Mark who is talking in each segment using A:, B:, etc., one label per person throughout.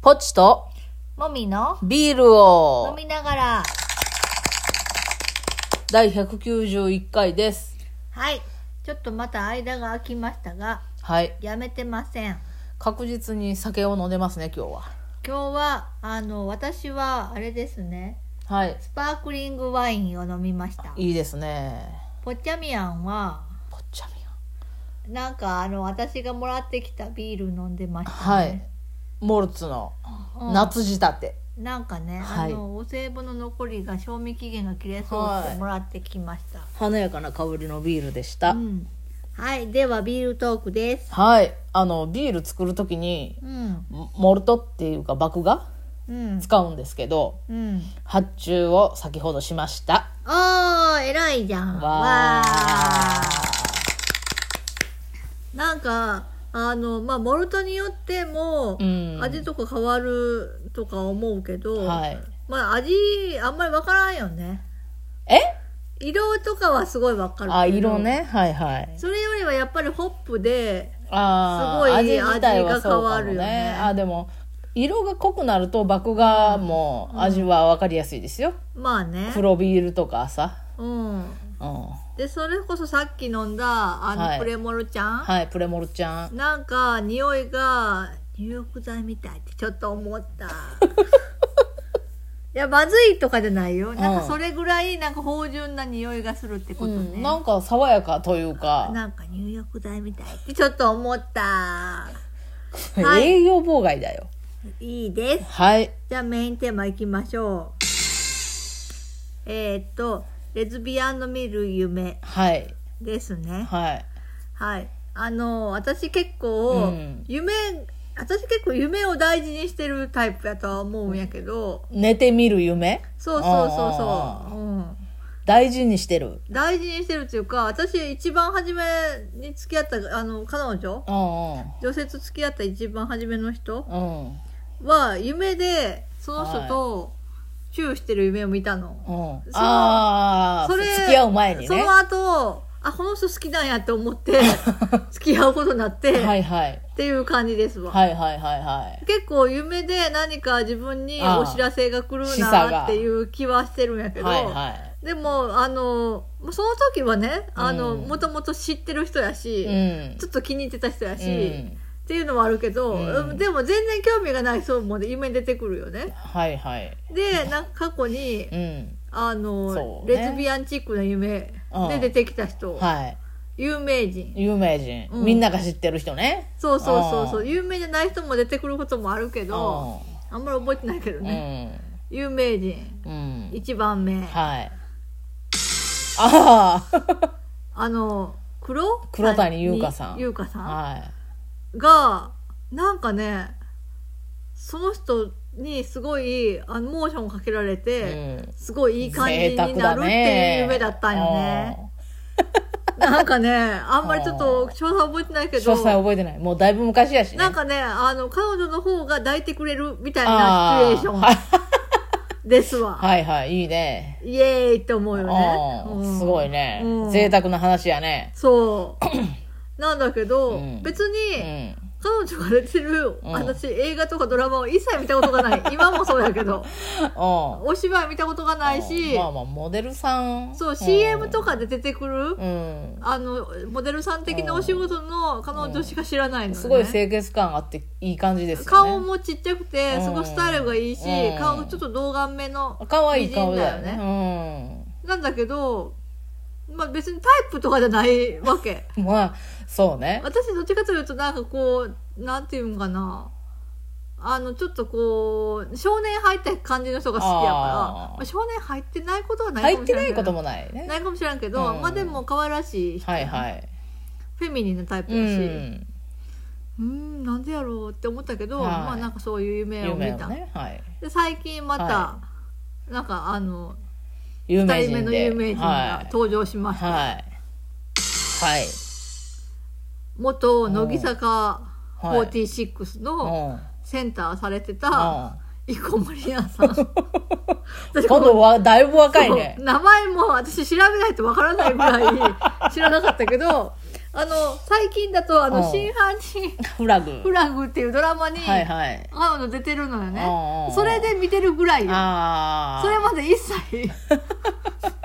A: ポチと
B: もみの
A: ビール
B: 飲
A: を
B: みながら。
A: 第191回です。
B: はい。ちょっとまた間が空きましたが、
A: はい。
B: やめてません。
A: 確実に酒を飲んでますね、今日は。
B: 今日は、あの、私は、あれですね、
A: はい。
B: スパークリングワインを飲みました。
A: いいですね。
B: ポッチャミアンは、
A: ポッチャミ
B: なんか、あの、私がもらってきたビール飲んでまし
A: アン。
B: た
A: はい
B: ね。。
A: モルツの
B: うん
A: 夏仕立て。
B: なんかね、
A: はい
B: あのお歳暮の残りが賞味期限が切れそうっ
A: は
B: て
A: い
B: もらってきました、
A: 華やかな香りのビールでした。
B: うん、はいではビールトークです
A: はい。あの、ビール作るときに、
B: うん
A: モモルトっていうか、麦芽
B: うん
A: 使うんですけど、
B: うん
A: 発注を先ほどしました。
B: おー偉いじゃん
A: わ
B: わーなんかあのまあモルトによっても、
A: うん
B: 味とか変わるとか思うけど、
A: ー。はい。
B: まあ味あんまりわからんよね
A: え
B: 色とかはすごいわかるけど
A: あ、色ね。はいはい。
B: それよりはやっぱりホップで
A: あー
B: すごい
A: 味自体はそうかも
B: 味が変わるよね
A: あでも色が濃くなると麦芽も味は分かりやすいですよ、
B: まあね
A: 黒ビールとかさ、
B: うん
A: うん、
B: でそれこそさっき飲んだあの、
A: はい
B: プレモルちゃん、
A: はいプレモルちゃん
B: なんか匂いが入浴剤みたいってちょっと思っ たいやまずいとかじゃないよなんかそれぐらいなんか芳醇な匂いがするってこ
A: う
B: とね、
A: ん、
B: な
A: なんか爽やかというか
B: んか入浴剤みたいってちょっと思ったはい
A: 営業妨害だよ
B: いいです
A: はい
B: じゃあメインテーマいきましょうえーっとレズビアンの見る夢
A: はい
B: ですね
A: はい
B: はい。あの、私結構、
A: うん
B: 夢、私結構夢を大事にしてるタイプやとは思うんやけど、
A: 寝てみる夢
B: そうそうそう
A: あ
B: そう。うん。
A: 大事にしてる
B: 大事にしてるっていうか、私一番初めに付き合った、あの、彼女
A: うん
B: 女性と付き合った一番初めの人
A: うんうん
B: は、夢で、その人と、チューしてる夢を見たの。
A: うん
B: その
A: ああ
B: それ
A: 付き合う前に
B: そ
A: ね
B: の後、あ、この人好きなんやって思 って、付き合うことになって、
A: は
B: っ
A: いはい
B: ていう感じですわ。
A: はいはいはいはい
B: 結構夢で何か自分にお知らせが来る
A: ああ示唆
B: な
A: が
B: っていう気はしてるんやけど、
A: はいはい
B: でもあのその時はねあの、
A: うん
B: もともと知ってる人やし、
A: うん
B: ちょっと気に入ってた人やし、
A: う
B: っ
A: ん
B: ていうのはあるけど、
A: うん
B: でも全然興味がない人も夢に出てくるよね。
A: はいはい。
B: でなんか過去に
A: うん。
B: あの、
A: そうね
B: レズビアンチックな夢で出てきた人、
A: はい。
B: 有名人
A: 有名人、
B: うん
A: みんなが知ってる人ね。
B: そうそうそうそううん有名じゃない人も出てくることもあるけど、あんまり覚えてないけど
A: うん。う
B: ね、
A: ん。
B: 有名人
A: うん。
B: 一番目
A: はい。あ
B: あの黒
A: 黒谷優香さん
B: に優香
A: あ。
B: さ
A: は
B: んがなんかねその人にすごいあのモーションかけられ
A: い。
B: て、
A: うん。
B: すごいいい感じ
A: 贅沢
B: になるっていう夢だったんよね。なんかねあんまりちょっと詳細覚えてない
A: うん
B: け
A: 詳細
B: ど
A: 覚えてない。もうだいぶ昔やしね。
B: なんかねあの彼女の方が抱いてくれるみたいなシチュエーシ
A: ョ
B: ョン
A: ン。
B: ですわ。
A: はいはい、いいね。
B: イエーイって思うよね。
A: う
B: うんん
A: すごいね
B: う。ん
A: 贅沢な話やね。
B: そ うなんだけど、
A: うん
B: 別に、
A: うん。
B: 彼女が出てる、
A: うん
B: 私映画とかドラマを一切見たこと がない今もそうやけど
A: うん。
B: お芝居見たことがないし、
A: まあまあ、モデルさん。
B: そう、
A: ん
B: CM とかで出てくる、
A: うん。
B: あのモデルさん的なお仕事の彼女しか知らないの、ね
A: すごい清潔感あっていい感じですよね。
B: 顔もちっちゃくて、
A: うん
B: すごいスタイルがいいし、
A: うん
B: 顔ちょっと童顔目の
A: 可愛い顔だよね
B: 美人
A: うん
B: なんだけど、まあ、別にタイプとかじゃないわけ
A: まあそうね
B: 私どっちかというとなんかこうなんていうんかなあのちょっとこう少年入った感じの人が好きやから
A: あー
B: まあ、少年入ってないことはな
A: 入
B: い
A: っ
B: かもしてれ
A: なんい
B: けど
A: こともないね
B: ないかもしれんけど、
A: うん
B: まあでも可愛らしい人、
A: はいはい
B: フェミニンなタイプ
A: う
B: だしうん
A: ん
B: ーんなんでやろうって思ったけど、
A: はい
B: まあなんかそういう夢を
A: 有名
B: 見た、
A: なねはい
B: で最近また、
A: は
B: なんかあの
A: 有
B: 2
A: 名
B: 人目
A: 人
B: の
A: で
B: 有名人が
A: はい
B: 登場しました、
A: はいはい
B: 元乃木坂
A: はい
B: 46
A: う
B: の
A: んうん
B: センターされてた生駒里奈さん私
A: 今度はだいぶ若いね
B: そう名前も私調べないとわからないぐらい知らなかったけどあの最近だとあ
A: うん
B: の真犯人
A: フラグ
B: フラグっていうドラマに、
A: はいはい
B: あの出てるのよ
A: うんうんう
B: ね
A: ん
B: それで見てるぐらいよ
A: ああ
B: それまで 一切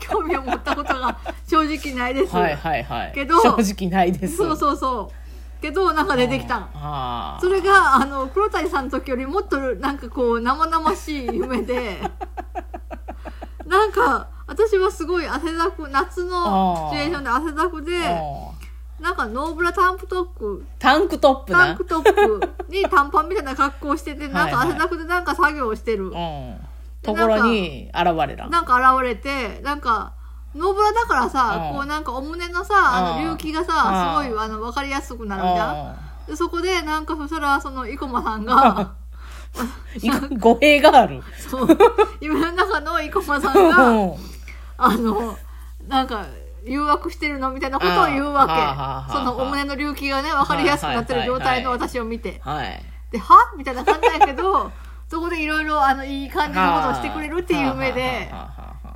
B: 興味を持ったことが正直ないです、
A: はいはいはい
B: けど
A: 正直ないです
B: そうそうそうけどなんか出てきたの
A: ああ
B: それがあの黒谷さんの時よりもっとなんかこう生々しい夢でなんか私はすごい汗だく夏のシチュエーションで汗だくで
A: うん
B: なんかノーブラタンプトップ
A: タンクトップ
B: タン
A: な
B: クトップに短パンみたいな格好してて
A: は
B: ない
A: はい
B: んか汗だくでなんか作業をして
A: う
B: る
A: んところに現れらん
B: なんか現れてなんかノーブラだからさ
A: うん
B: こうなんかお胸のさあ
A: うん
B: の隆起が
A: う
B: さ
A: ん
B: すごいあの分かりやすくなるじゃん
A: う
B: でそこでなんかそしたらその生駒さんが
A: んいく語弊がある
B: そう 夢の中の生駒さんが
A: うん
B: あのなんか誘惑してるのみたいなことを言うわ
A: あーはあはあは
B: け
A: あ
B: そのお胸の隆起がね分かりやすくなってる状態の
A: はいはいはいは
B: 私を見て
A: はい
B: ではみたいな感じだけど そこでいろいろあのいい感じのことをしてくれるっていう目で
A: はあはあはあは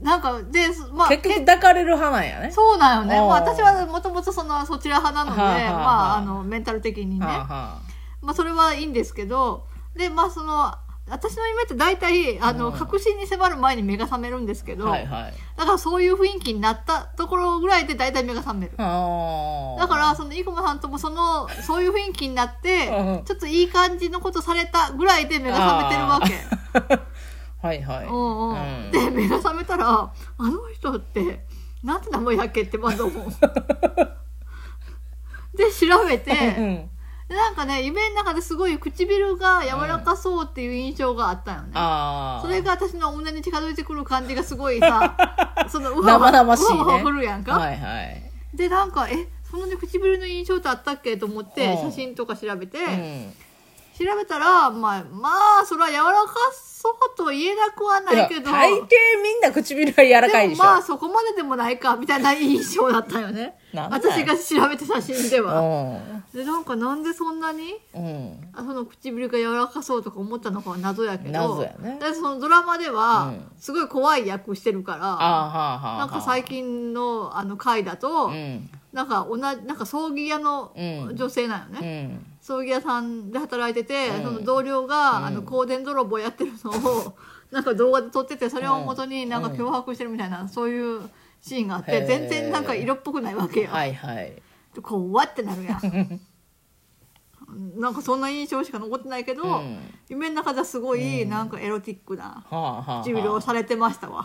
B: なんかでま
A: あ
B: あ
A: 結局抱かれる派なんやね
B: そうなよね、
A: おー
B: まあ、私はもともとそのそちら派なので
A: はあはあはあ
B: まああのメンタル的にね、
A: はあはあ
B: まあ、それはいいんですけどでまあその私の夢って大体あの、
A: うん
B: 確信に迫る前に目が覚めるんですけど、
A: はいはい
B: だからそういう雰囲気になったところぐらいで大体目が覚める。
A: あー
B: だからその生駒さんともそのそういう雰囲気になって
A: うん
B: ちょっといい感じのことされたぐらいで目が覚めてるわけ。
A: はいはい
B: うんうん、で目が覚めたらあの人ってなんて名前やっけってまず思 うで調べて
A: うん
B: で
A: うん
B: なんかね夢の中ですごい唇が柔らかそうっていう印象があったよね、
A: ああ
B: それが私のお胸に近づいてくる感じがすご いさそのう
A: 生々しいね
B: うわうわくるやんか、
A: はいはい
B: でなんかえそのね唇の印象ってあったっけと思って
A: うん
B: 写真とか調べて、
A: うん
B: 調べたらまあまあそれは柔らかそうとは言えなくはないけど
A: いや大抵みんな唇は柔らかいでしょ
B: もまあそこまででもないかみたいな印象だったよね
A: なんなん
B: 私が調べた写真では
A: う
B: でなんかなんでそんなに
A: んうん
B: あその唇が柔らかそうとか思ったのかは謎やけど
A: 謎やね
B: でそのドラマでは
A: う
B: すごい怖い役してるから、
A: あーはあはあはあ
B: なんか最近のあの回だと、
A: うん
B: なんか同じなんか葬儀屋の
A: うん
B: 女性なのね、
A: うん
B: 葬儀屋さんで働いてて、
A: うん
B: その同僚が、
A: うん
B: あの香典泥棒やってるの をなんか動画で撮っててそれを元になんか
A: うん
B: 脅迫してるみたいな、そういうシーンがあっ
A: へ
B: て
A: ー
B: 全然なんか色っぽくないわけよ、
A: はいはい
B: 怖ってなるやん なんかそんな印象しか残ってないけど、
A: うんは
B: 夢の中ではすごいなんかエロティックな
A: あはあはあ
B: 唇をされてまし た
A: い
B: わ、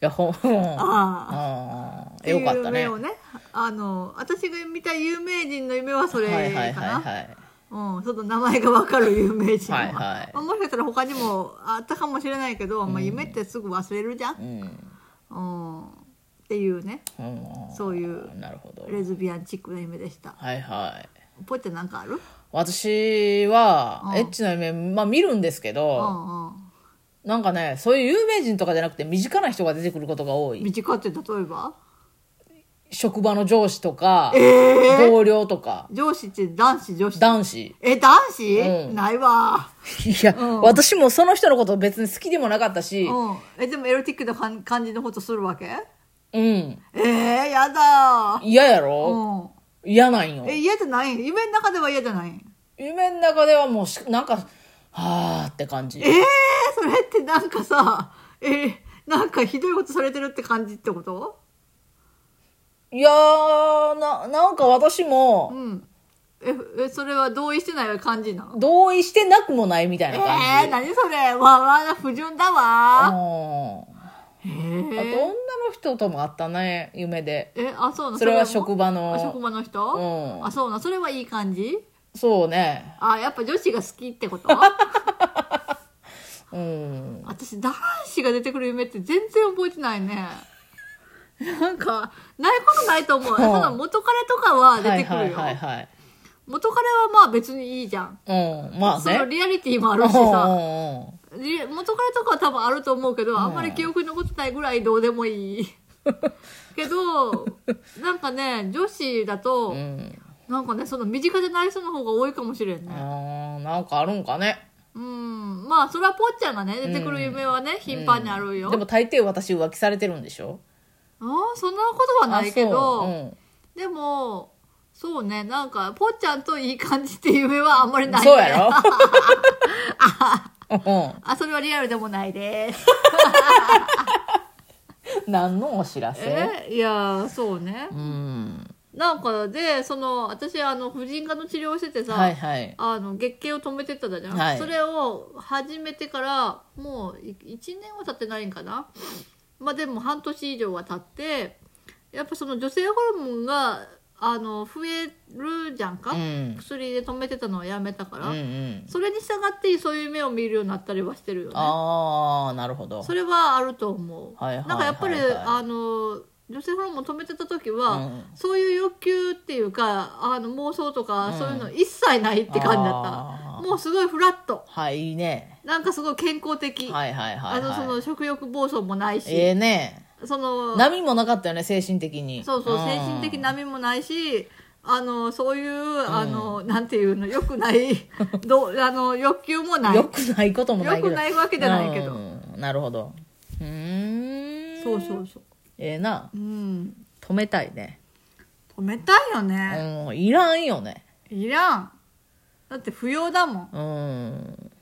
A: やほん
B: ああ
A: あ
B: っ
A: あ
B: て
A: よ
B: い
A: か
B: う
A: ったね
B: 夢をねあの私が見た有名人の夢はそれかな、
A: はいはいはいはい
B: うん、ちょっと名前がわかる有名人は
A: はいはい
B: まあもしかしたら他にもあったかもしれないけど、まあ、夢ってすぐ忘れるじゃん、
A: うん
B: うん、っていうね
A: うん
B: そういう
A: なるほど
B: レズビアンチックな夢でした
A: はいはい
B: ポってなんかある
A: 私は
B: うん
A: エッチな夢まあ見るんですけ
B: う
A: ど
B: んうん
A: なんかねそういう有名人とかじゃなくて身近な人が出てくることが多い
B: 短って例えば
A: 職場の上司とか
B: ええ
A: 同僚とか
B: 上司って男子女子
A: 男子
B: え男子、
A: うん
B: ないわ
A: いや、
B: うん
A: 私もその人のこと別に好きでもなかったし、
B: うんえでもエロティックな感感じのことするわけ
A: うん。
B: えー、やだ
A: 嫌や
B: う
A: ろ
B: ん
A: 嫌なんよ。
B: え嫌じゃない夢の中では嫌じゃない
A: 夢の中ではもうし、なんか、はーって感じ。
B: ええそれってなんかさ、えーなんかひどいことされてるって感じってこと
A: いやー、な、なんか私
B: う
A: も、
B: ん。え、えそれは同意してない感じなの
A: 同意してなくもないみたい
B: え
A: な
B: え
A: 感
B: ー、
A: じ。
B: 何それわわな不純だ
A: あ
B: わ
A: あ
B: え
A: と女
B: ー
A: の人ともあったね、夢で。
B: え、あ、そうなの
A: それは
B: も
A: 職場
B: あ職
A: の。
B: 場の人、
A: うん
B: あ、そうなのそれはいい感じ
A: そうね。
B: あ、やっぱ女子が好きってこ と
A: うん。
B: 私、男子が出てくる夢って全然覚えてないね。なんか、ないことないと思う。その元彼とかは出てくるよ。
A: はいはいはい
B: 元彼はまあ別にいいじゃん。
A: はい。うん。まあ
B: その
A: ね。
B: リアリティもあるし
A: う
B: さ、
A: んうんうん
B: リ元彼とかは多分あると思うけど、あんまり記憶に残ってないぐらいどうでも いい。けど、なんかね、女子だと、
A: うん。
B: なんかね、その身近じゃない人の方が多いかもしれんね。
A: あーなんかあるんかね。
B: うん、まあそれはぽっちゃんがね、出てくる夢はね、頻繁にあるよ。
A: でも大抵私浮気されてるんでしょ
B: あーそんなことはないけ
A: あそう
B: ど、
A: うん
B: でもそうねなんかぽっちゃんといい感じっていう夢はあんまりない、ね、
A: そうや ろう
B: あそれはリアルでもない です
A: ん何のお知らせ
B: えいやそうね
A: うん
B: なんかでその私あの婦人科の治療しててさ、
A: はいはい
B: あの月経を止めてたじゃん、
A: はい
B: それを始めてからもうい1年は経ってないんかなまあでも半年以上は経ってやっぱその女性ホルモンがあの増えるじゃんか、
A: うん
B: 薬で止めてたのをやめたか
A: うん
B: ら、
A: うん
B: それに従ってそういう夢を見るようになったりはしてるよね
A: ああなるほど
B: それはあると思う、
A: はいはいはいはい
B: なんかやっぱりあの女性ホルモン止めてた時は、
A: うん
B: そういう欲求っていうかあの妄想とか、
A: うん
B: そういうの一切ないって感じだった
A: あー
B: もうすごいフラット
A: はいいいね
B: なんかすごい健康的、
A: はいはいはい、はい、
B: あのその食欲暴走もないし、
A: ええね
B: その
A: 波もなかったよね精神的に
B: そうそう、
A: ん
B: 精神的波もないしあのそういうあの、なんていうのよくないどうあの欲求もない
A: 良くないこともないけど
B: 良くないわけじゃないけど
A: うんなるほどうーん
B: そうそうそう
A: ええな
B: うん
A: 止めたいね
B: 止めたいよね、
A: うんいらんよね
B: いらんだって不要だもん
A: うん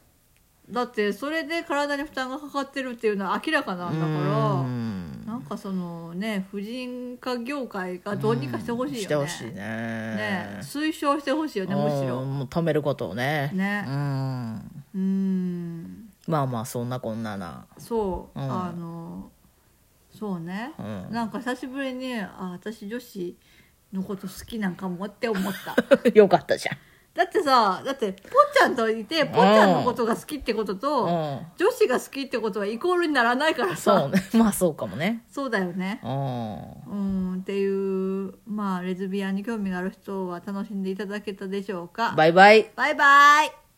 B: だってそれで体に負担がかかってるっていうのは明らかなんだか
A: う
B: ら
A: ん
B: なんかそのね婦人科業界がどうにかしてほしいよね、
A: してほしいね
B: ね推奨してほしいよねむし
A: う
B: ろ
A: んもう止めることをね
B: ね
A: うん
B: うん
A: まあまあそんなこんなな
B: そう、
A: うん
B: あのそうね、
A: うん
B: なんか久しぶりにあ私女子のこと好きなんかもって思った
A: よかったじ
B: だってさだってぽっちゃんといてぽっちゃんのことが好きってことと、
A: ゃんうん
B: 女子が好きってことはイコールにならないからさ
A: そうねまあそうかもね
B: そうだよね
A: うん
B: うんっていうまあレズビアンに興味がある人は楽しんでいただけたでしょうか
A: バイバイ
B: バイバイ